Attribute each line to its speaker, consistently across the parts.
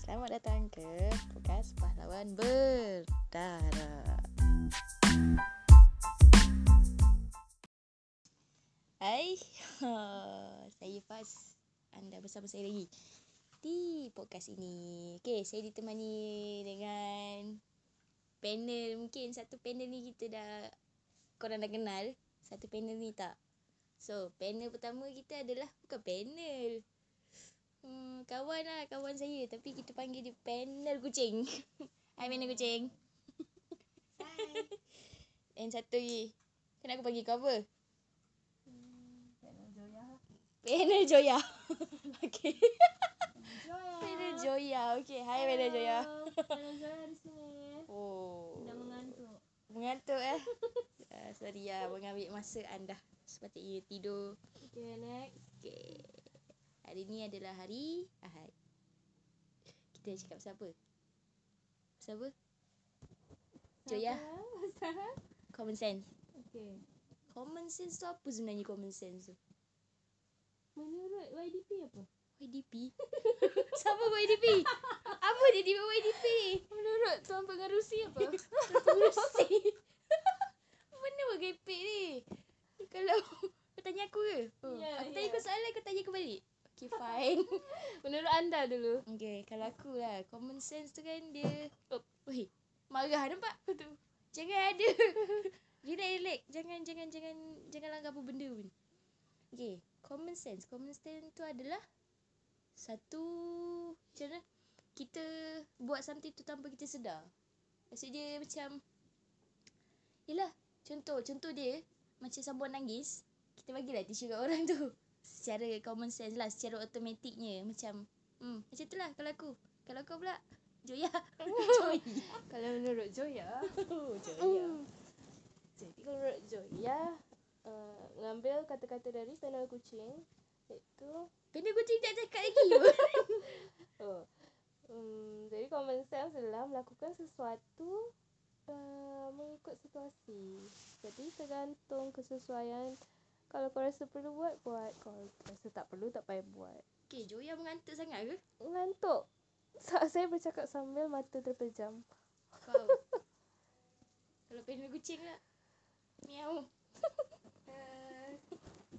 Speaker 1: Selamat datang ke Podcast Pahlawan Berdarah Hai Saya Fas Anda bersama saya lagi Di podcast ini Okay, saya ditemani dengan Panel mungkin Satu panel ni kita dah Korang dah kenal Satu panel ni tak So, panel pertama kita adalah Bukan panel Hmm, kawan lah kawan saya tapi kita panggil dia panel kucing. Hai panel kucing.
Speaker 2: Hai.
Speaker 1: Dan satu lagi. Kenapa aku panggil kau apa?
Speaker 2: Panel Joya.
Speaker 1: Panel Joya. okay.
Speaker 2: Joya.
Speaker 1: Panel Joya. Okay. Hai panel Joya.
Speaker 2: Panel Joya di sini.
Speaker 1: Oh.
Speaker 2: Dah mengantuk.
Speaker 1: Mengantuk eh. uh, sorry lah mengambil masa anda. Sepatutnya tidur.
Speaker 2: Okay, next.
Speaker 1: Okay. Hari ni adalah hari Ahad. Kita cakap pasal apa? Pasal apa? Joya.
Speaker 2: Sarah.
Speaker 1: Common sense.
Speaker 2: Okay.
Speaker 1: Common sense tu apa sebenarnya common sense tu?
Speaker 2: Menurut YDP apa?
Speaker 1: YDP? Siapa YDP? Apa dia tiba YDP ni?
Speaker 2: Menurut Tuan Pengerusi apa?
Speaker 1: Pengurusi. Mana bergepek ni? Kalau kau tanya aku ke? Oh.
Speaker 2: Ya,
Speaker 1: aku tanya
Speaker 2: ya.
Speaker 1: kau soalan, kau tanya aku balik. Okay, fine.
Speaker 2: Menurut anda dulu.
Speaker 1: okay, kalau aku lah, common sense tu kan dia... Oh, weh, marah nampak? Betul. Jangan ada. relax, relax. Jangan, jangan, jangan, jangan langgar apa benda pun. Okay, common sense. Common sense tu adalah satu macam mana kita buat something tu tanpa kita sedar. Maksud dia macam Yelah Contoh Contoh dia Macam sambung nangis Kita bagilah tisu kat orang tu Secara common sense lah Secara automatiknya Macam hmm, Macam tu lah kalau aku Kalau kau pula ya. Joya Joya
Speaker 2: Kalau menurut Joya.
Speaker 1: Joya
Speaker 3: Hmm.
Speaker 2: Jadi kalau menurut Joya. Uh, ngambil kata-kata dari Panel Kucing. Iaitu.
Speaker 1: Benda kucing tak cakap lagi
Speaker 2: Oh. Um, jadi common sense adalah melakukan sesuatu uh, mengikut situasi. Jadi tergantung kesesuaian. Kalau kau rasa perlu buat, buat. Kalau rasa tak perlu, tak payah buat.
Speaker 1: Okay Joya mengantuk sangat ke?
Speaker 2: Ngantuk. Saat saya bercakap sambil mata terpejam.
Speaker 1: Kau Kalau benda kucing lah Miau
Speaker 3: Eh,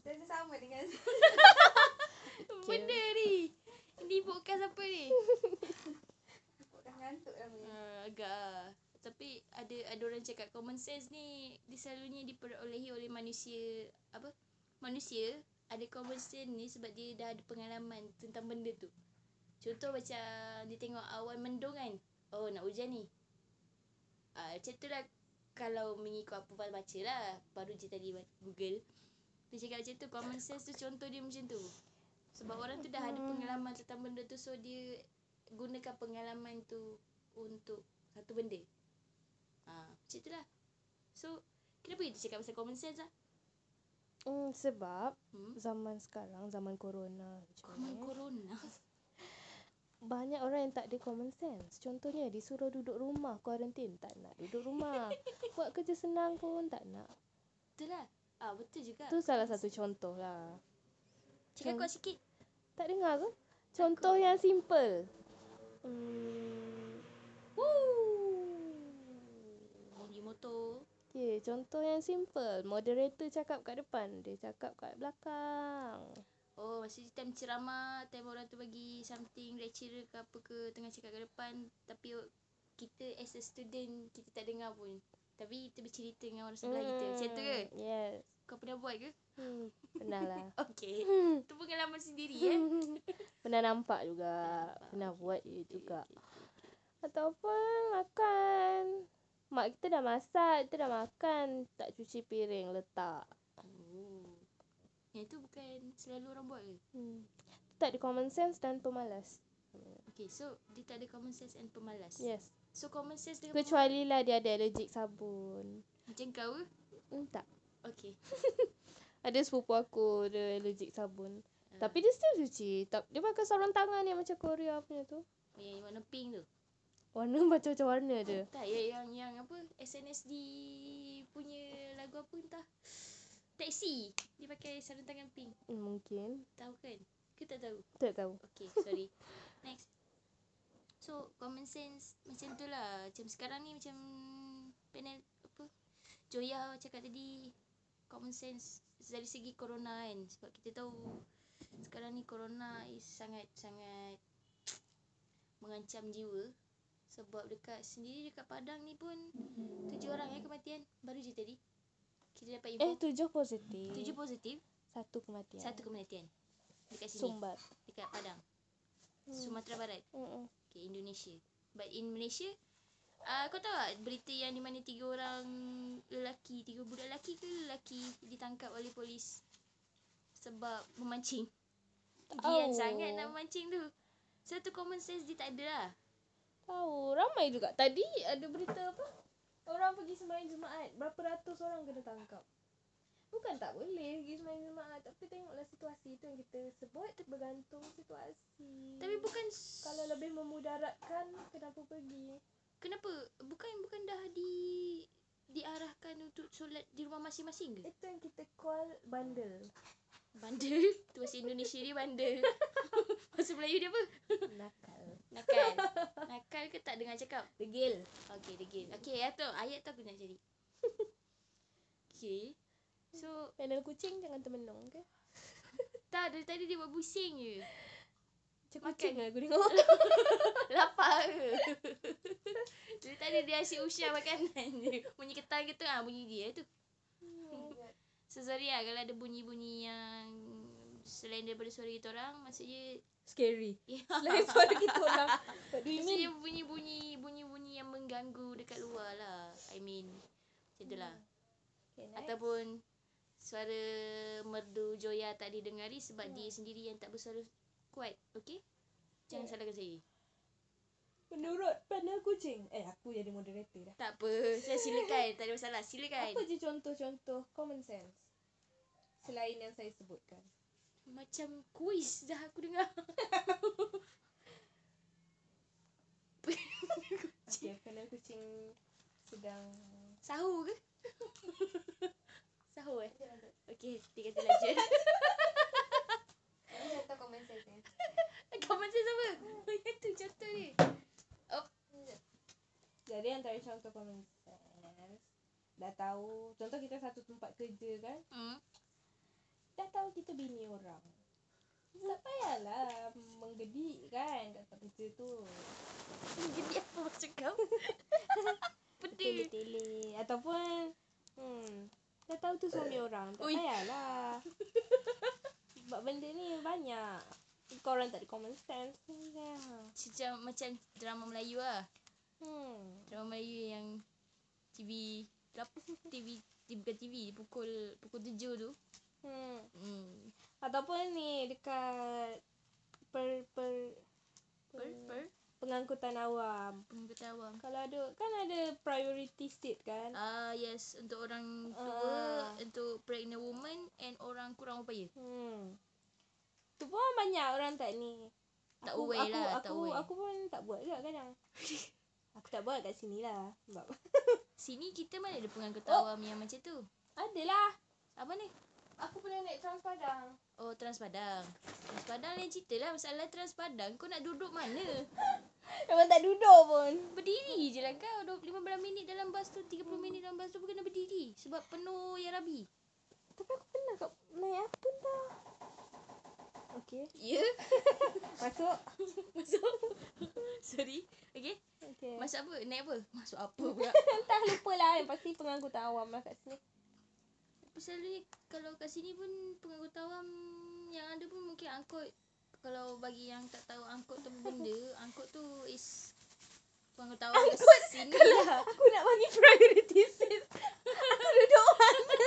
Speaker 3: Saya sama dengan
Speaker 1: Benda ni Ni podcast apa ni?
Speaker 3: Sebab dah ngantuk lah ni
Speaker 1: Uh, agak tapi ada ada orang cakap common sense ni dia selalunya diperolehi oleh manusia apa manusia ada common sense ni sebab dia dah ada pengalaman tentang benda tu contoh macam dia tengok awan mendung kan oh nak hujan ni ah macam tu lah kalau mengikut apa Faz baca lah baru je tadi ba- google dia cakap macam tu common sense tu contoh dia macam tu sebab orang tu dah ada pengalaman tentang benda tu so dia gunakan pengalaman tu untuk satu benda. Ha, macam tu lah. So, kenapa kita cakap pasal common sense lah?
Speaker 2: Hmm, sebab
Speaker 1: Hmm?
Speaker 2: zaman sekarang, zaman corona. macam
Speaker 1: Common
Speaker 2: ni,
Speaker 1: corona.
Speaker 2: Banyak orang yang tak ada common sense. Contohnya disuruh duduk rumah kuarantin, tak nak duduk rumah. Buat kerja senang pun tak nak.
Speaker 1: Betul lah. Ah, betul juga.
Speaker 2: Tu salah satu contoh lah.
Speaker 1: Cakap kuat sikit.
Speaker 2: Tak dengar ke? Contoh yang simple. Hmm.
Speaker 1: Beli motor.
Speaker 2: Okay, contoh yang simple. Moderator cakap kat depan, dia cakap kat belakang.
Speaker 1: Oh, masa tu time ceramah, time orang tu bagi something, lecturer ke apa ke, tengah cakap kat depan. Tapi o- kita as a student, kita tak dengar pun. Tapi kita bercerita dengan orang sebelah kita. Hmm, Macam tu
Speaker 2: Hmm.
Speaker 1: ke?
Speaker 2: Yes.
Speaker 1: Kau pernah buat ke?
Speaker 2: Hmm, pernah lah.
Speaker 1: Okay.
Speaker 2: Hmm.
Speaker 1: Itu pengalaman sendiri eh.
Speaker 2: pernah nampak juga.
Speaker 1: Pernah nampak,
Speaker 2: Pernah
Speaker 1: okey,
Speaker 2: buat dia juga.
Speaker 1: Okay, okay.
Speaker 2: Ataupun makan. Mak kita dah masak, kita dah makan. Tak cuci piring, letak.
Speaker 1: Oh. Yang tu bukan selalu orang buat ke?
Speaker 2: Hmm. Tak ada common sense dan pemalas.
Speaker 1: Okay, so dia tak ada common sense and pemalas.
Speaker 2: Yes.
Speaker 1: So common sense dengan
Speaker 2: Ya. Kecuali lah dia ada allergic sabun.
Speaker 1: macam kau ke?
Speaker 2: Hmm, tak.
Speaker 1: Okay.
Speaker 2: Ada sepupu aku dia allergic sabun.
Speaker 1: Ah.
Speaker 2: Tapi dia still cuci. Tak, dia pakai sarung tangan yang macam Korea punya tu.
Speaker 1: Oh, yang warna pink tu.
Speaker 2: Warna macam-macam warna dia.
Speaker 1: Tak, yang, yang, yang apa? SNSD punya lagu apa entah. Taxi. Dia pakai sarung tangan pink.
Speaker 2: Hmm, mungkin.
Speaker 1: Tahu kan? Ke tak tahu?
Speaker 2: Tak tahu.
Speaker 1: Okay, sorry. Next. So So common sense macam tu lah Macam sekarang ni macam panel apa Joya cakap tadi Common sense dari segi corona kan Sebab kita tahu sekarang ni corona is sangat-sangat mengancam jiwa Sebab dekat sendiri dekat Padang ni pun Tujuh orang yang kematian Baru je tadi Kita dapat
Speaker 2: Eh
Speaker 1: info eh,
Speaker 2: tujuh positif
Speaker 1: Tujuh positif
Speaker 2: Satu kematian
Speaker 1: Satu kematian Dekat sini
Speaker 2: Sumbat
Speaker 1: Dekat Padang
Speaker 2: Hmm.
Speaker 1: Sumatera Barat
Speaker 2: Mm-mm.
Speaker 1: Okay, Indonesia. But in Malaysia, uh, kau tahu tak berita yang di mana tiga orang lelaki, tiga budak lelaki ke lelaki ditangkap oleh polis sebab memancing. Gian oh.
Speaker 2: Oh.
Speaker 1: sangat nak memancing tu. Satu common sense dia tak ada lah.
Speaker 2: Tahu ramai juga Tadi ada berita apa Orang pergi sembahyang Jumaat Berapa ratus orang kena tangkap Bukan tak boleh pergi sembahyang Jumaat Tapi tengoklah situasi tu yang kita sebut Bergantung situasi
Speaker 1: Tapi bukan s-
Speaker 2: Kalau lebih memudaratkan Kenapa pergi
Speaker 1: kenapa? Bukan bukan dah di diarahkan untuk solat di rumah masing-masing ke?
Speaker 2: Itu yang kita call bandel
Speaker 1: Bandel. Tu bahasa Indonesia dia bandel. bahasa Melayu dia apa?
Speaker 2: Nakal
Speaker 1: Nakal. Nakal ke tak dengar cakap?
Speaker 2: Degil
Speaker 1: Okay, degil. Okay, ayat tu. Ayat tu aku nak cari. okay. So,
Speaker 2: Bandel kucing jangan termenung ke
Speaker 1: tak dari tadi dia buat pusing je.
Speaker 2: Macam
Speaker 1: Makan.
Speaker 2: kucing lah aku tengok
Speaker 1: Lapar ke? dari tadi dia asyik usia makanan je. Bunyi ketan ke tu, ha, bunyi dia tu. So, sorry lah kalau ada bunyi-bunyi yang selain daripada suara kita orang. Maksudnya,
Speaker 2: Scary
Speaker 1: ya.
Speaker 2: Lain suara kita orang But do you
Speaker 1: Maksudnya
Speaker 2: mean
Speaker 1: bunyi-bunyi, bunyi-bunyi yang mengganggu dekat luar lah. I mean, macam tu lah.
Speaker 2: okay, next.
Speaker 1: Ataupun suara merdu Joya tak didengari sebab
Speaker 2: Ya.
Speaker 1: dia sendiri yang tak bersuara kuat. Okey? Jangan
Speaker 2: Ya.
Speaker 1: salahkan saya.
Speaker 2: Menurut panel kucing Eh aku jadi moderator dah
Speaker 1: Tak apa. Saya silakan. tak ada masalah. Silakan.
Speaker 2: Apa je contoh-contoh common sense selain yang saya sebutkan?
Speaker 1: Macam kuis dah aku dengar.
Speaker 2: Okey, kena kucing sedang
Speaker 1: Sahur ke? Sahur eh?
Speaker 3: Jangan tak-
Speaker 1: Okey. Tiga kata lanjut.
Speaker 3: Ini contoh common sense ni.
Speaker 1: Kau macam sama. Yang tu contoh ni. Oh,
Speaker 3: ya?
Speaker 2: jadi antara contoh common sense dah tahu contoh kita satu tempat kerja kan
Speaker 1: Hmm.
Speaker 2: dah tahu kita bini orang tak payahlah menggedik kan kat tempat kerja tu
Speaker 1: Gede apa maksud kau? Pedih.
Speaker 2: tele ataupun hmm dah tahu tu suami orang tak
Speaker 1: Ui.
Speaker 2: payahlah sebab benda ni banyak korang tak ada common sense ni lah.
Speaker 1: Macam, macam drama Melayu lah.
Speaker 2: Hmm.
Speaker 1: Drama Melayu yang TV berapa TV TV bukan TV pukul pukul tujuh tu.
Speaker 2: Hmm.
Speaker 1: Hmm.
Speaker 2: Ataupun ni dekat per per,
Speaker 1: Per per
Speaker 2: pengangkutan awam.
Speaker 1: pengikut awam.
Speaker 2: Kalau ada kan ada priority state kan?
Speaker 1: Ah yes untuk orang tua,
Speaker 2: Ah.
Speaker 1: untuk pregnant woman and orang kurang upaya.
Speaker 2: Hmm. Tu pun banyak orang tak ni.
Speaker 1: Tak
Speaker 2: Aku-
Speaker 1: aware
Speaker 2: aku,
Speaker 1: lah,
Speaker 2: aku,
Speaker 1: tak aware.
Speaker 2: Aku pun tak buat juga kadang. aku tak buat kat sini lah. Sebab
Speaker 1: Sini kita mana ada pengikut
Speaker 2: Oh.
Speaker 1: awam yang macam tu?
Speaker 2: adalah.
Speaker 1: Apa ni?
Speaker 2: lah. Aku pernah naik Trans Padang.
Speaker 1: Oh Trans Padang. Trans Padang lain cerita lah masalah Trans Padang. Kau nak duduk mana?
Speaker 2: Memang tak duduk pun.
Speaker 1: Berdiri je lah kau 15 minit dalam bas tu 30 minit dalam bas tu kena berdiri Sebab penuh yang rabi
Speaker 2: Tapi aku pernah kat naik apa dah. Okay.
Speaker 1: Ya yeah.
Speaker 2: Masuk.
Speaker 1: Masuk Sorry Okay
Speaker 2: Okay.
Speaker 1: Masuk apa? Naik apa? Masuk apa pula?
Speaker 2: Entah lupa lah Yang pasti pengangkutan awam lah kat sini
Speaker 1: Selalunya kalau kat sini pun pengangkutan awam yang ada pun mungkin angkut Kalau bagi yang tak tahu angkut tu benda Angkut tu is pengangkutan awam kat sini lah
Speaker 2: Aku nak bagi priority sis Aku duduk mana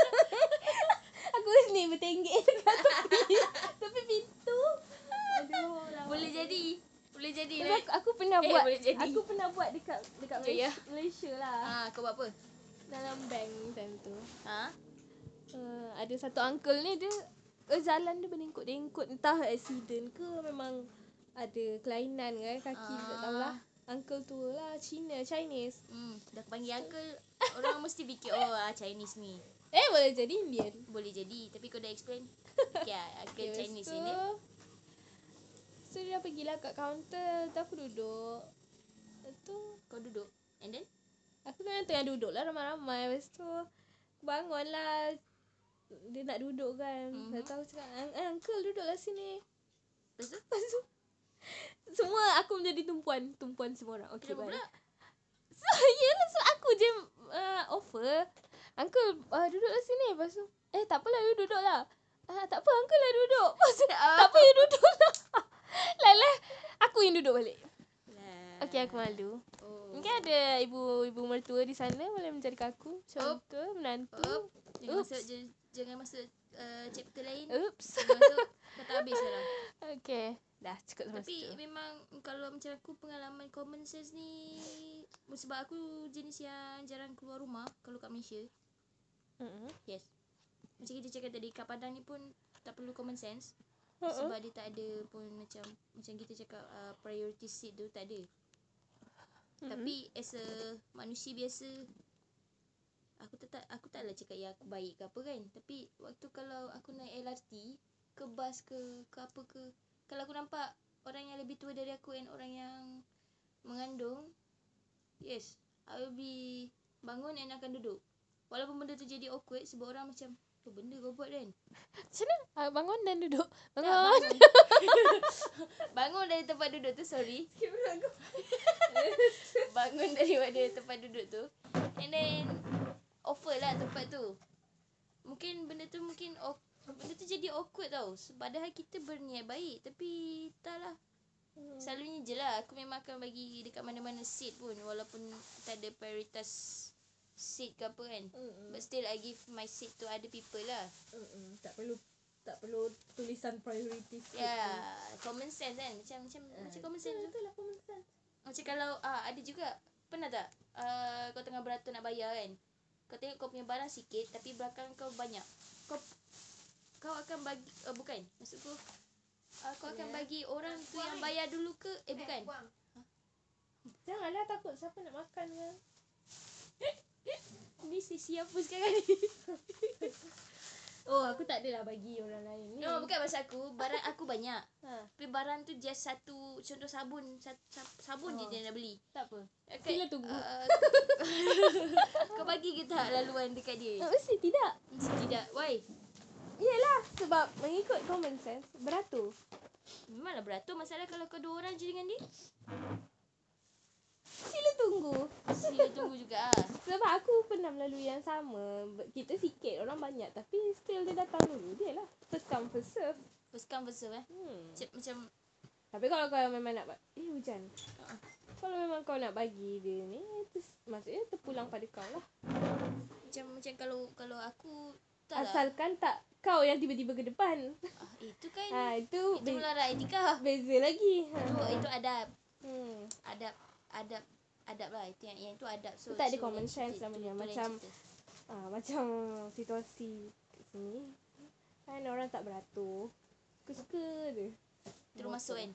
Speaker 2: Aku ni bertenggek dekat tepi Tepi pintu Aduh lama.
Speaker 1: Boleh jadi Boleh jadi
Speaker 2: Tapi
Speaker 1: naik
Speaker 2: aku, aku pernah
Speaker 1: Eh,
Speaker 2: buat
Speaker 1: boleh jadi.
Speaker 2: Aku pernah buat dekat dekat
Speaker 1: Betul ya?
Speaker 2: Malaysia, Malaysia lah
Speaker 1: Ah, kau buat apa?
Speaker 2: Dalam bank time tu
Speaker 1: Ha?
Speaker 2: uh, Ada satu uncle ni dia uh, Jalan dia berdengkut-dengkut Entah accident ke memang Ada kelainan kan Kaki dia tak
Speaker 1: Ah.
Speaker 2: tahulah Uncle tua lah Cina, Chinese
Speaker 1: Hmm, dah panggil uncle Orang mesti fikir Oh ah, Chinese ni
Speaker 2: Eh boleh jadi Indian
Speaker 1: Boleh jadi Tapi kau dah explain Okay lah Uncle
Speaker 2: Lepas
Speaker 1: Chinese
Speaker 2: tu-
Speaker 1: ni
Speaker 2: So dia dah pergilah kat kaunter Tu aku duduk Lepas tu
Speaker 1: Kau duduk And then
Speaker 2: Aku memang tengah duduk lah ramai-ramai Lepas tu Aku bangun lah Dia nak duduk kan
Speaker 1: Mhm.
Speaker 2: Lepas tu aku cakap "Ang- eh, Uncle duduk lah sini
Speaker 1: Lepas tu
Speaker 2: Lepas tu Semua aku menjadi tumpuan Tumpuan semua orang Okay
Speaker 1: Kenapa
Speaker 2: bye
Speaker 1: pula
Speaker 2: So yelah so aku je uh, Offer Uncle uh, duduk lah sini Lepas tu Eh tak apalah you duduk lah ah, Tak apa uncle lah duduk Lepas tu tak apa you duduk lah Lailah Aku yang duduk balik Okay aku malu
Speaker 1: oh.
Speaker 2: Mungkin ada ibu-ibu mertua di sana boleh menjadikan aku contoh
Speaker 1: Up.
Speaker 2: menantu.
Speaker 1: Jangan
Speaker 2: Oops.
Speaker 1: masuk je, Jangan masuk uh, Chapter lain
Speaker 2: Oops.
Speaker 1: Jangan masuk Kata habis sekarang
Speaker 2: Okay. Dah cukup sampai
Speaker 1: Tapi
Speaker 2: situ.
Speaker 1: memang Kalau macam aku Pengalaman common sense ni Sebab aku jenis yang Jarang keluar rumah Kalau kat Malaysia
Speaker 2: Mm-mm.
Speaker 1: Yes Macam kita cakap tadi Kat Padang ni pun Tak perlu common sense
Speaker 2: Mm-mm.
Speaker 1: Sebab dia tak ada pun Macam Macam kita cakap uh, Priority seat tu tak ada
Speaker 2: Mm-mm.
Speaker 1: Tapi as a manusia biasa Aku tak, tak aku taklah cakap yang aku baik ke apa kan Tapi waktu kalau aku naik LRT Ke bas ke ke apa ke Kalau aku nampak orang yang lebih tua dari aku And orang yang mengandung Yes I will be bangun and akan duduk Walaupun benda tu jadi awkward Sebab orang macam Apa benda kau buat kan
Speaker 2: Macam mana? Ah, bangun dan duduk.
Speaker 1: Tak,
Speaker 2: Bangun.
Speaker 1: bangun. Oh. bangun dari tempat duduk tu sorry
Speaker 3: Sikit pula aku
Speaker 1: bangun daripada tempat duduk tu and then offer lah tempat tu mungkin benda tu mungkin aw- benda tu jadi awkward tau Se- padahal kita berniat baik tapi tak lah selalunya je lah aku memang akan bagi dekat mana-mana seat pun walaupun tak ada prioritas seat ke apa kan
Speaker 2: Mm-mm.
Speaker 1: but still I give my seat to other people lah
Speaker 2: Mm-mm. Tak perlu tak perlu tulisan priority
Speaker 1: ya yeah, common sense kan macam macam macam common sense tu
Speaker 2: lah common sense.
Speaker 1: Macam kalau ah ada juga pernah tak uh, kau tengah beratur nak bayar kan. Kau tengok kau punya barang sikit tapi belakang kau banyak. Kau kau akan bagi uh, bukan maksudku uh, kau akan
Speaker 2: Ya.
Speaker 1: bagi orang tu
Speaker 3: Buang
Speaker 1: yang
Speaker 3: eh.
Speaker 1: bayar dulu ke eh bukan.
Speaker 3: buang.
Speaker 2: Janganlah takut siapa nak makan kan.
Speaker 1: Ni sisi apa sekarang ni?
Speaker 2: Oh, aku tak adalah bagi orang lain ni.
Speaker 1: No bukan maksud aku barang aku banyak.
Speaker 2: Ha,
Speaker 1: Tapi barang tu just satu contoh sabun sat- sab- sabun
Speaker 2: Oh.
Speaker 1: je dia nak beli.
Speaker 2: tak apa.
Speaker 1: Okay.
Speaker 2: Sila tunggu.
Speaker 1: Uh, kau bagi ke tak laluan dekat dia?
Speaker 2: Tak mesti tidak.
Speaker 1: Mesti tidak. Why?
Speaker 2: Yelah sebab mengikut common sense beratur.
Speaker 1: Memanglah beratur masalah kalau kau dua orang je dengan dia.
Speaker 2: Sila tunggu.
Speaker 1: Sila tunggu juga ah.
Speaker 2: Sebab aku pernah melalui yang sama Ber- Kita sikit orang banyak Tapi still dia datang dulu Dia lah First come first serve
Speaker 1: First come first serve eh.
Speaker 2: hmm.
Speaker 1: Macam, macam
Speaker 2: Tapi kalau kau memang nak ba- Eh hujan
Speaker 1: Ah.
Speaker 2: Kalau memang kau nak bagi dia ni terus, Maksudnya terpulang pada kau lah
Speaker 1: macam macam kalau kalau aku tak lah.
Speaker 2: Asalkan tak Kau yang tiba-tiba ke depan
Speaker 1: Ah, itu kan
Speaker 2: ha, Itu
Speaker 1: itu
Speaker 2: be-
Speaker 1: melarat etika.
Speaker 2: Beza lagi ha.
Speaker 1: Itu itu adab,
Speaker 2: hmm.
Speaker 1: adab, adab adab lah itu yang, yang itu adab so
Speaker 2: Itu tak ada
Speaker 1: so
Speaker 2: common
Speaker 1: lain
Speaker 2: sense
Speaker 1: cerita,
Speaker 2: namanya.
Speaker 1: itu lain
Speaker 2: Macam-
Speaker 1: cerita.
Speaker 2: ha, Macam situasi kat sini Kan orang tak beratur Suka-suka je
Speaker 1: terus masuk kan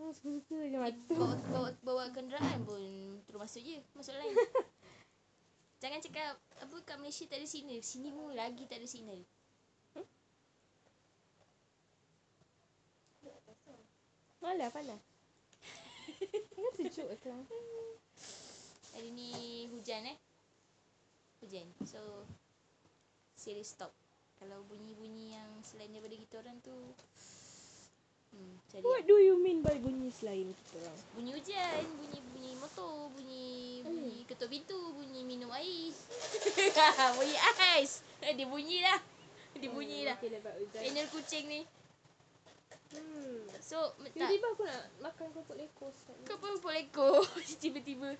Speaker 2: hmm, Suka-suka je
Speaker 1: Dia
Speaker 2: beratur
Speaker 1: bawa, bawa, bawa kenderaan pun terus masuk je masuk lain jangan cakap apa kat Malaysia tak ada signal sini pun lagi tak ada signal
Speaker 2: Malah panas Kan sejuk sekarang
Speaker 1: hari ni hujan eh hujan so serious stop kalau bunyi-bunyi yang selain daripada kita orang tu hmm, cari
Speaker 2: What do you mean by bunyi selain kita orang?
Speaker 1: bunyi hujan bunyi bunyi motor bunyi bunyi ketuk pintu bunyi minum air bunyi ais Eh, dia bunyi lah dia bunyi lah
Speaker 2: Oh, Okay, lebat hujan.
Speaker 1: panel kucing ni
Speaker 2: Hmm.
Speaker 1: so me- tak
Speaker 2: Tiba-tiba aku nak makan kerupuk lekos. kat ni.
Speaker 1: kau pun boleh go tiba-tiba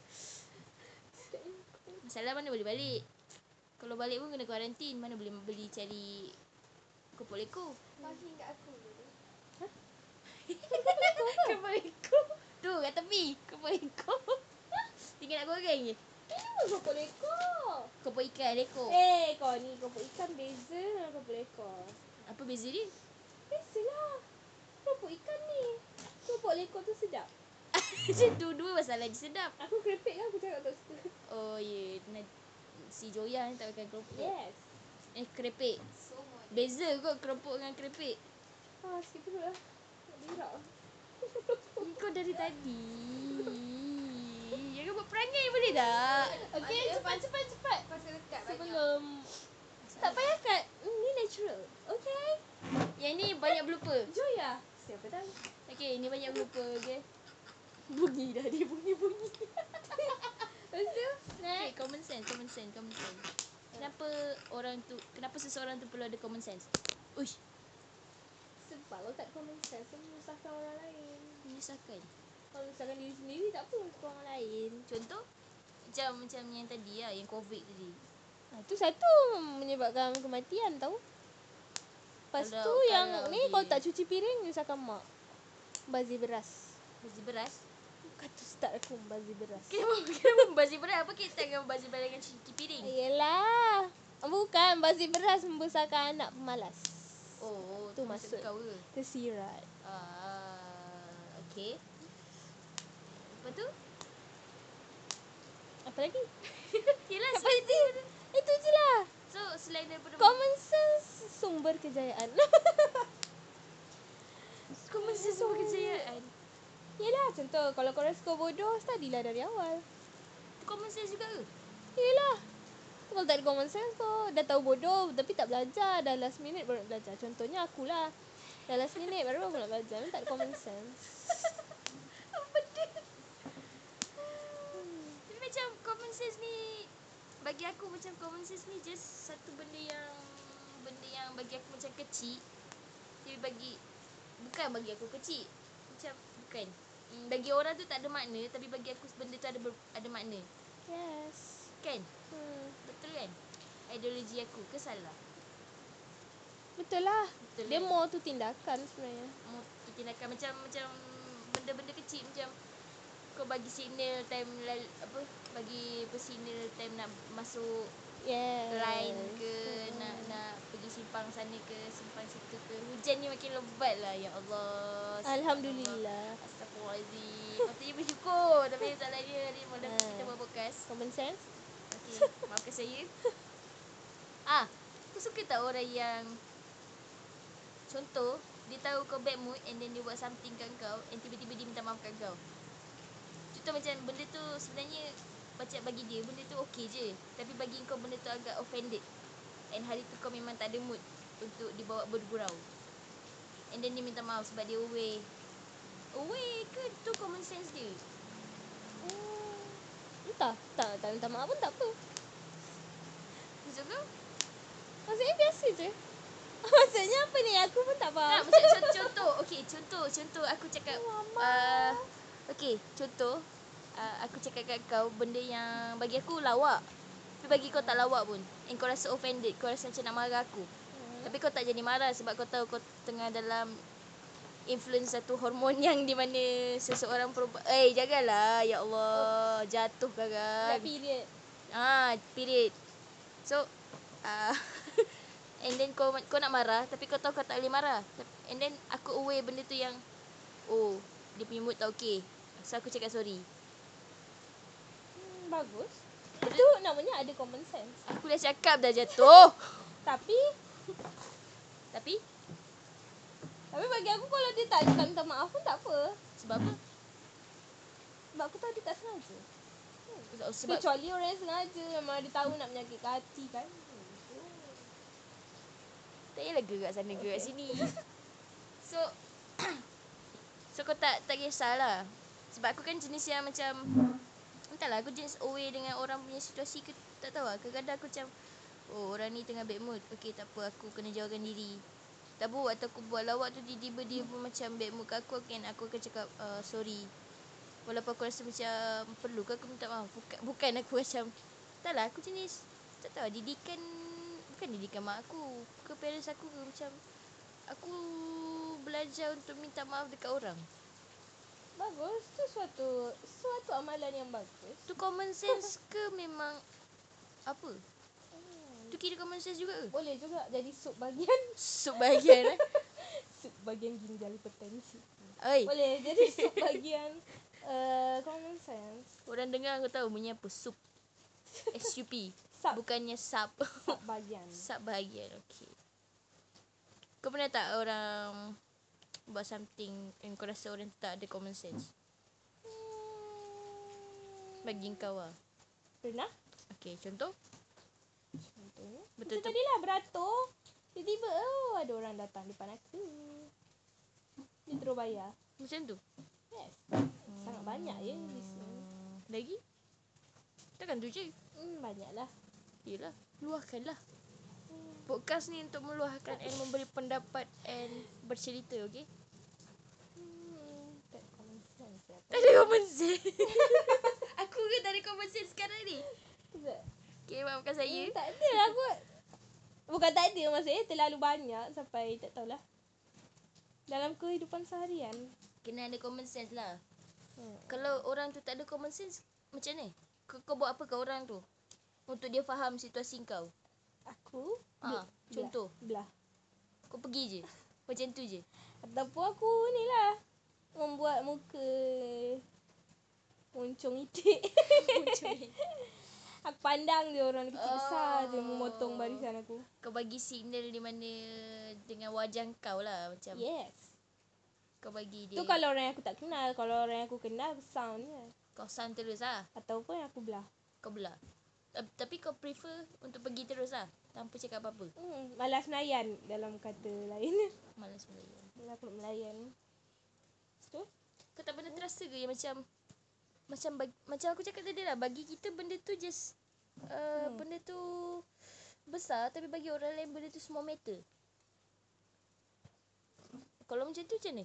Speaker 1: masalah mana boleh balik kalau balik pun kena kuarantin mana boleh beli cari kopok leko
Speaker 3: Bagi kat aku dulu.
Speaker 1: Kepala kau Tu kat tepi Kepala kau Tinggal nak goreng je
Speaker 2: Kenapa kerupuk lekos?
Speaker 1: Kepala ikan leko
Speaker 2: Eh, kau ni kerupuk ikan beza dengan kerupuk lekos.
Speaker 1: Apa beza dia?
Speaker 2: Biasalah. Kerupuk ikan ni. Kerupuk lekos tu sedap.
Speaker 1: Macam dua-dua masalah je sedap
Speaker 2: Aku keripik kan aku cakap tak suka.
Speaker 1: Oh ya yeah. Si Joya ni tak makan kerupuk
Speaker 2: Yes.
Speaker 1: Eh kerepek
Speaker 3: Semua.
Speaker 1: Beza kot kerupuk dengan kerepek
Speaker 2: Ha, sikit perut lah. Nak berak.
Speaker 1: Ni Kau dari tadi Ih, Jangan buat perangai boleh tak?
Speaker 2: Okay, cepat, cepat, cepat.
Speaker 3: Pasal lekat banyak.
Speaker 2: Sebelum... Tak payah kat. Hmm, ni natural. Okay.
Speaker 1: Yang ni banyak berlupa.
Speaker 2: Joya. Siapa tahu.
Speaker 1: Okay, ni banyak berlupa. Okay.
Speaker 2: Bunyi dah dia bunyi-bunyi. Lepas tu,
Speaker 1: Okay, common sense, common sense, common sense. Kenapa orang tu, kenapa seseorang tu perlu ada common sense? Uish,
Speaker 2: sebab kau tak common sense, kau menyusahkan orang lain.
Speaker 1: menyusahkan.
Speaker 2: Kau menyusahkan diri sendiri, tak apa menyusahkan orang lain.
Speaker 1: Contoh, macam macam yang tadi lah, yang covid tadi.
Speaker 2: Ha, tu satu menyebabkan kematian tau. Lepas
Speaker 1: Kalau-
Speaker 2: tu yang
Speaker 1: kalau
Speaker 2: ni
Speaker 1: di-
Speaker 2: kau tak cuci piring, menyusahkan mak. Bazir beras.
Speaker 1: Bazi beras.
Speaker 2: Kata start aku bazir beras.
Speaker 1: Kenapa, kenapa bazi beras? Apa kita dengan bazi beras dengan cuci piring?
Speaker 2: Yelah. Bukan, bazir beras membesarkan anak pemalas.
Speaker 1: Oh,
Speaker 2: Tu maksud.
Speaker 1: kau ke?
Speaker 2: Tersirat.
Speaker 1: Ah, okay. Lepas tu?
Speaker 2: Apa lagi?
Speaker 1: Yelah,
Speaker 2: Apa itu? Itu je lah.
Speaker 1: so selain daripada
Speaker 2: Common sense sumber kejayaan.
Speaker 1: common sense semua kejayaan.
Speaker 2: Yelah, contoh kalau korang suka bodoh, studylah dari awal.
Speaker 1: Tu common sense juga ke?
Speaker 2: Yelah Kalau tak ada common sense kau Dah tahu bodoh Tapi tak belajar Dah last minute baru nak belajar Contohnya akulah Dah last minute baru aku nak belajar Memang tak ada common sense
Speaker 1: Tapi macam common sense ni bagi aku macam common sense ni just satu benda yang benda yang bagi aku macam kecil. Tapi bagi bukan bagi aku kecil. Macam bukan. Hmm, Bagi orang tu tak ada makna tapi bagi aku benda tu ada ber- ada makna.
Speaker 2: Yes
Speaker 1: Kan?
Speaker 2: hmm.
Speaker 1: Betul kan? Ideologi aku lah. ke salah?
Speaker 2: Betul lah
Speaker 1: Betul
Speaker 2: Dia
Speaker 1: kan?
Speaker 2: more tu tindakan sebenarnya
Speaker 1: Mu- tindakan macam macam benda-benda kecil macam kau bagi signal time lal, apa bagi pesignal time nak masuk
Speaker 2: Yes
Speaker 1: line ke nak nak pergi simpang sana ke simpang situ ke hujan ni makin lebat lah ya Allah
Speaker 2: Alhamdulillah
Speaker 1: Astagfirullahaladzim Patutnya bersyukur Tapi masalahnya Hari malam
Speaker 2: Ah.
Speaker 1: kita buat podcast
Speaker 2: Common sense
Speaker 1: Okay Maafkan saya Ah Aku suka tak orang yang Contoh Dia tahu kau bad mood And then dia buat something kat kau And tiba-tiba dia minta maaf kat kau Contoh macam Benda tu sebenarnya Macam bagi dia Benda tu okay je Tapi bagi kau Benda tu agak offended And hari tu kau memang tak ada mood Untuk dibawa bergurau And then dia minta maaf Sebab dia away Away ke Tu common sense dia
Speaker 2: hmm. Entah tak, tak minta maaf pun tak apa
Speaker 1: Maksud kau
Speaker 2: Maksudnya biasa je Maksudnya apa ni Aku pun tak
Speaker 1: Tak,
Speaker 2: faham Oh,
Speaker 1: macam contoh, contoh. Okey, contoh, contoh aku cakap
Speaker 2: Mama.
Speaker 1: uh, okey, contoh uh, aku cakap kat kau benda yang bagi aku lawak. Tapi bagi kau tak lawak pun. And kau rasa offended, kau rasa macam nak marah aku.
Speaker 2: Hmm.
Speaker 1: Tapi kau tak jadi marah sebab kau tahu kau tengah dalam influence satu hormon yang di mana seseorang perempuan Eh, jagalah ya Allah, jatuh kan?
Speaker 2: Dah
Speaker 1: kakak.
Speaker 2: period
Speaker 1: Ah, period. So, ah and then kau kau nak marah tapi kau tahu kau tak boleh marah. And then aku aware benda tu yang oh, dia punya mood tak okey. So aku cakap sorry.
Speaker 2: Hmm, Bagus. Itu namanya ada common sense.
Speaker 1: Aku dah cakap dah jatuh.
Speaker 2: Tapi
Speaker 1: tapi
Speaker 2: tapi bagi aku kalau dia tak tak minta maaf pun tak apa.
Speaker 1: sebab apa?
Speaker 2: Sebab aku tahu dia tak sengaja.
Speaker 1: Sebab, sebab
Speaker 2: Kecuali orang yang sengaja memang dia tahu nak menyakitkan hati kan.
Speaker 1: tak payahlah gerak sana gerak
Speaker 2: Okay.
Speaker 1: sini. So so kau tak tak kisahlah. Sebab aku kan jenis yang macam entahlah aku jenis aware dengan orang punya situasi ke tak tahu lah. Kadang-kadang aku macam oh orang ni tengah bad mood. Okey tak apa aku kena jauhkan diri. Tak apa waktu aku buat lawak tu tiba-tiba dia pun macam bad mood kat aku kan aku akan cakap uh, sorry. Walaupun aku rasa macam perlu ke aku minta maaf. Bukan, bukan aku macam tak lah aku jenis tak tahu lah, didikan bukan didikan mak aku ke parents aku ke macam aku belajar untuk minta maaf dekat orang.
Speaker 2: Bagus tu suatu suatu amalan yang bagus.
Speaker 1: Tu common sense ke memang apa? Tu kira common sense juga ke?
Speaker 2: Hmm. Boleh juga jadi sup bagian
Speaker 1: Sup bahagian eh.
Speaker 2: sup bagian ginjal potensi.
Speaker 1: Oi,
Speaker 2: Boleh jadi sup bagian uh, common sense
Speaker 1: orang dengar kau tahu bunyi apa? Sup. SUP.
Speaker 2: Sup.
Speaker 1: Bukannya sub.
Speaker 2: sub bagian.
Speaker 1: sub bahagian. Okey. Kau pernah tak orang buat something yang kau rasa orang tu tak ada common sense?
Speaker 2: Hmm,
Speaker 4: bagi kau
Speaker 1: ah.
Speaker 4: lah.
Speaker 2: Pernah?
Speaker 4: Okey, contoh.
Speaker 2: Contohnya.
Speaker 4: Betul
Speaker 2: Betul
Speaker 4: tu.
Speaker 2: Macam tadi lah beratur. Tiba-tiba oh, ada orang datang depan aku. Dia terus bayar.
Speaker 4: Macam tu.
Speaker 2: Yes. Sangat banyak ya di sini.
Speaker 4: Lagi? Takkan tu je.
Speaker 2: Hmm, banyak lah.
Speaker 4: Yelah, luahkanlah. Podcast ni untuk meluahkan and memberi pendapat and bercerita, okey?
Speaker 2: Hmm, tak ada common sense lah.
Speaker 4: Tak ada common sense.
Speaker 1: Aku ke tak ada common sense sekarang ni?
Speaker 2: Tak-
Speaker 1: Okay, maafkan saya.
Speaker 2: Tak ada lah kot. Bukan tak ada maksudnya terlalu banyak sampai tak tahulah. Dalam kehidupan seharian.
Speaker 1: Kena ada common sense lah.
Speaker 2: Hmm.
Speaker 1: Kalau orang tu tak ada common sense, macam mana? Kau, kau buat apa ke orang tu? Untuk dia faham situasi kau.
Speaker 2: Aku
Speaker 1: Ha, contoh,
Speaker 2: belah.
Speaker 1: kau pergi je. Macam tu je.
Speaker 2: Ataupun aku ni lah Membuat muka Moncong itik Aku pandang je orang kecil besar
Speaker 1: Oh.
Speaker 2: je Memotong barisan aku
Speaker 1: Kau bagi signal di mana dengan wajah kau lah. Macam yeah.
Speaker 2: Yes
Speaker 1: kau bagi
Speaker 2: Tu
Speaker 1: dia. Kau,
Speaker 2: kalau orang yang aku tak kenal Kalau orang yang aku kenal aku sound je
Speaker 1: kau sound terus lah.
Speaker 2: Ataupun aku belah
Speaker 1: Kau belah. Ta- Tapi kau prefer untuk pergi terus lah. Tanpa cakap apa-apa.
Speaker 2: hmm, Malas melayan dalam kata lain
Speaker 1: Malas melayan.
Speaker 2: Malas aku nak melayan Lepas tu
Speaker 1: Kau tak pernah terasa ke yang macam macam bagi, macam aku cakap tadi lah bagi kita benda tu just uh, hmm. benda tu besar tapi bagi orang lain benda tu small matter. Kalau macam tu macam mana?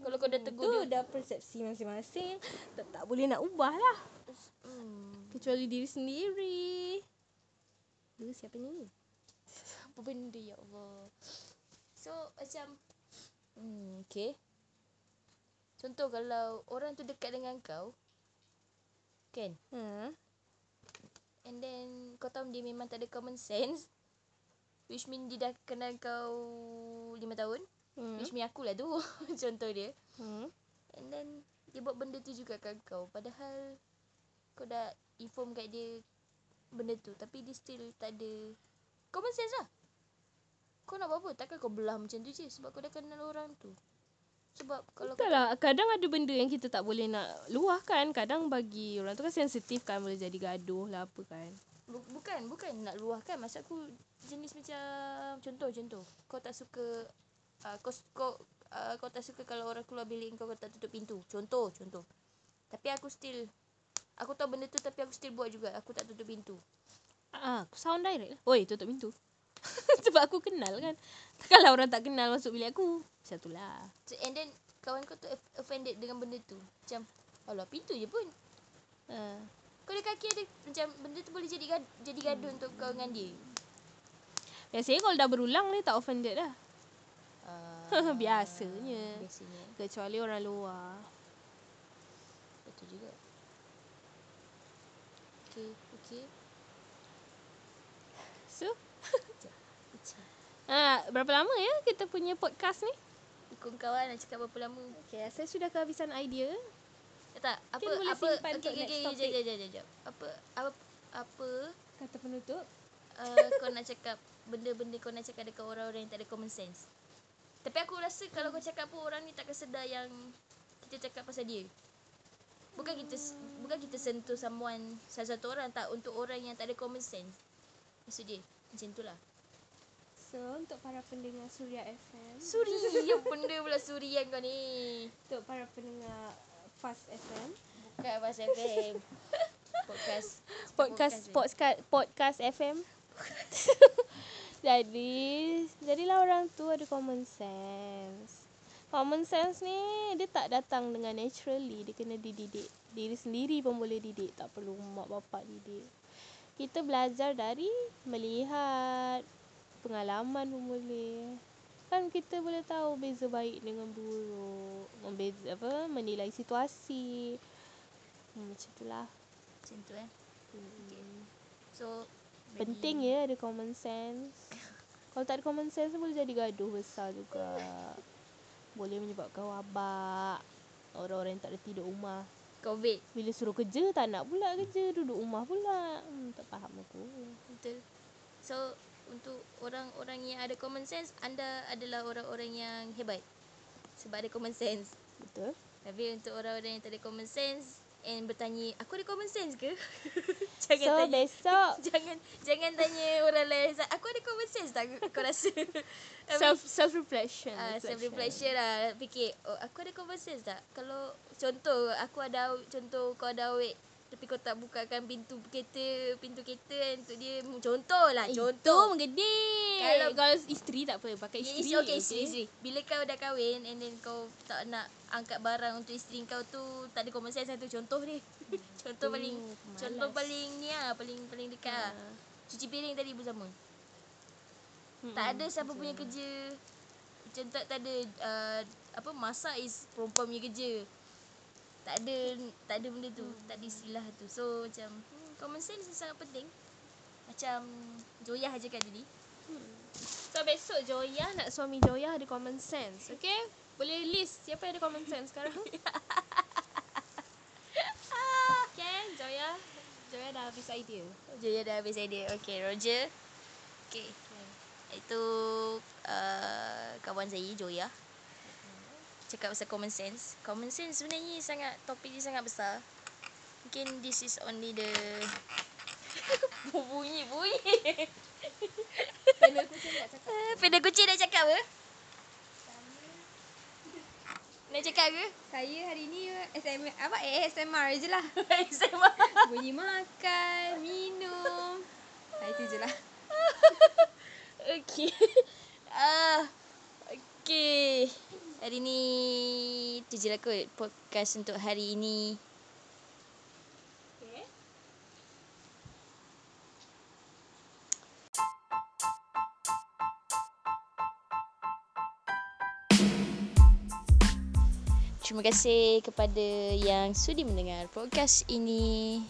Speaker 1: Kalau kau dah tegur
Speaker 2: Tu
Speaker 1: dia
Speaker 2: dah persepsi masing-masing tak, tak boleh nak ubah lah
Speaker 1: hmm,
Speaker 2: Kecuali diri sendiri Dulu siapa ni?
Speaker 1: apa benda ya Allah. So macam hmm okay. Contoh kalau orang tu dekat dengan kau kan
Speaker 2: Hmm.
Speaker 1: And then kau tahu dia memang tak ada common sense Which mean dia dah kenal kau lima tahun hmm?
Speaker 2: Hmm.
Speaker 1: Which mean akulah tu contoh dia
Speaker 2: Hmm.
Speaker 1: And then dia buat benda tu juga kat kau Padahal kau dah inform kat dia benda tu Tapi dia still tak ada common sense lah Kau nak buat apa? Takkan kau belah macam tu je Sebab kau dah kenal orang tu Sebab kalau
Speaker 2: Tak
Speaker 1: kau
Speaker 2: lah, kadang ada benda yang kita tak boleh nak luahkan. Kadang bagi orang tu kan sensitif kan, boleh jadi gaduh lah apa kan.
Speaker 1: Bu- bukan, bukan nak luahkan. Maksud aku jenis macam contoh contoh. Kau tak suka uh, kau s- kau uh, kau tak suka kalau orang keluar bilik kau kau tak tutup pintu. Contoh, contoh. Tapi aku still aku tahu benda tu tapi aku still buat juga. Aku tak tutup pintu.
Speaker 2: Ah, aku sound direct lah. Oi, tutup pintu. Sebab aku kenal kan. Kalau orang tak kenal masuk bilik aku, macam tu lah.
Speaker 1: So, and then kawan kau tu off- offended dengan benda tu. Macam alah pintu je pun.
Speaker 2: Uh,
Speaker 1: Kau ada kaki ada macam benda tu boleh jadi gad- jadi gaduh untuk kau dengan dia.
Speaker 2: biasanya kalau dah berulang ni tak offended dah.
Speaker 1: Uh,
Speaker 2: Biasanya.
Speaker 1: biasanya
Speaker 2: Kecuali orang luar.
Speaker 1: Betul juga. Okey, okey.
Speaker 2: So,
Speaker 1: Macam
Speaker 2: ah, berapa lama ya kita punya podcast ni?
Speaker 1: Ikut kawan nak cakap berapa lama
Speaker 2: Okay, saya sudah kehabisan idea.
Speaker 1: Eh, Tak apa
Speaker 2: Kita boleh
Speaker 1: apa
Speaker 2: simpan
Speaker 1: okey,
Speaker 2: untuk
Speaker 1: okey,
Speaker 2: next
Speaker 1: okey,
Speaker 2: topic.
Speaker 1: Jap jap jap jap Apa Apa Apa
Speaker 2: Kata penutup.
Speaker 1: uh, Kau nak cakap Benda-benda kau nak cakap Dekat orang-orang yang tak ada common sense Tapi aku rasa Kalau kau cakap pun Orang ni takkan sedar yang Kita cakap pasal dia Bukan kita s- Bukan kita sentuh someone Satu-satu orang Tak untuk orang yang tak ada common sense Maksud dia Macam tu lah
Speaker 2: So, untuk para pendengar Suria FM.
Speaker 1: Suri Ya benda pula surian kau ni
Speaker 2: Untuk para pendengar Fast FM
Speaker 1: Bukan pasal FM Podcast
Speaker 2: Podcast
Speaker 1: je.
Speaker 2: Podcast, podcast FM Jadi Jadilah orang tu ada common sense Common sense ni Dia tak datang dengan naturally Dia kena dididik Diri sendiri pun boleh didik Tak perlu mak bapak didik Kita belajar dari Melihat Pengalaman pun boleh Kan kita boleh tahu Beza baik dengan buruk Membeza apa Menilai situasi hmm, Macam tu lah Hmm.
Speaker 1: Macam tu eh
Speaker 2: Okay.
Speaker 1: So
Speaker 2: Penting ya ada common sense. Kalau tak ada common sense boleh jadi gaduh besar juga. boleh menyebabkan wabak. Orang-orang yang tak ada tidur rumah.
Speaker 1: Covid
Speaker 2: Bila suruh kerja tak nak pula kerja, duduk rumah pula. Hmm, tak faham aku.
Speaker 1: Betul So Untuk orang-orang yang ada common sense Anda adalah orang-orang yang hebat Sebab ada common sense
Speaker 2: Betul?
Speaker 1: Tapi untuk orang-orang yang tak ada common sense and bertanya aku ada common sense ke
Speaker 2: So
Speaker 1: jangan tanya
Speaker 2: besok
Speaker 1: jangan jangan tanya orang lain Zat, aku ada common sense tak kau rasa I mean,
Speaker 4: self self reflection.
Speaker 1: Ah, self reflection lah fikir oh aku ada common sense tak kalau contoh aku ada aw- contoh kau ada awet tapi kau tak bukakan pintu kereta pintu kereta kan untuk dia contoh lah
Speaker 4: Contoh
Speaker 2: Oh,
Speaker 1: contoh
Speaker 4: menggedil. Kalau
Speaker 1: Kalau-
Speaker 4: kalau isteri tak apa pakai
Speaker 1: Ya,
Speaker 4: isteri.
Speaker 1: isteri, okay, isteri, isteri. Bila kau dah kahwin and then kau tak nak angkat barang untuk isteri kau tu tak ada common sense lah tu contoh dia. contoh
Speaker 4: Oh,
Speaker 1: paling
Speaker 4: malas.
Speaker 1: contoh paling ni ah paling paling dekat ah.
Speaker 4: Ah.
Speaker 1: Cuci piring tadi bersama.
Speaker 2: Hmm.
Speaker 4: Mm-mm.
Speaker 1: Tak ada siapa punya kerja macam tak, tak ada uh, apa masak is perempuan punya kerja. Tak ada tak ada benda tu, tak ada istilah tu. So macam hmm, common sense ni sangat penting. Macam Joyah aje kan tadi.
Speaker 4: So besok Joya nak suami Joya ada common sense, okay? Boleh list siapa yang ada common sense sekarang? okay, Joya. Joya dah habis idea.
Speaker 1: Joya ya, dah habis idea. Okay, Roger. Okay. Itu uh, kawan saya, Joya. Cakap pasal common sense. Common sense sebenarnya sangat, topik dia sangat besar. Mungkin this is only the... bunyi, bunyi.
Speaker 3: Kena aku macam nak cakap
Speaker 1: Peda kucing nak cakap apa?
Speaker 3: Sama.
Speaker 1: Nak cakap ke?
Speaker 3: Saya hari ni SM, apa eh SMR je lah
Speaker 1: Sama.
Speaker 3: Bunyi makan, minum ha, Itu je lah
Speaker 1: Okay. Ah, okay. Hari ni tu je lah kot podcast untuk hari ini.
Speaker 4: Okay.
Speaker 1: Terima kasih kepada yang sudi mendengar podcast ini.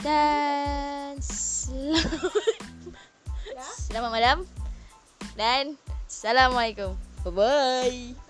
Speaker 1: Dan selamat, selamat malam. Dan Assalamualaikum. Bye-bye.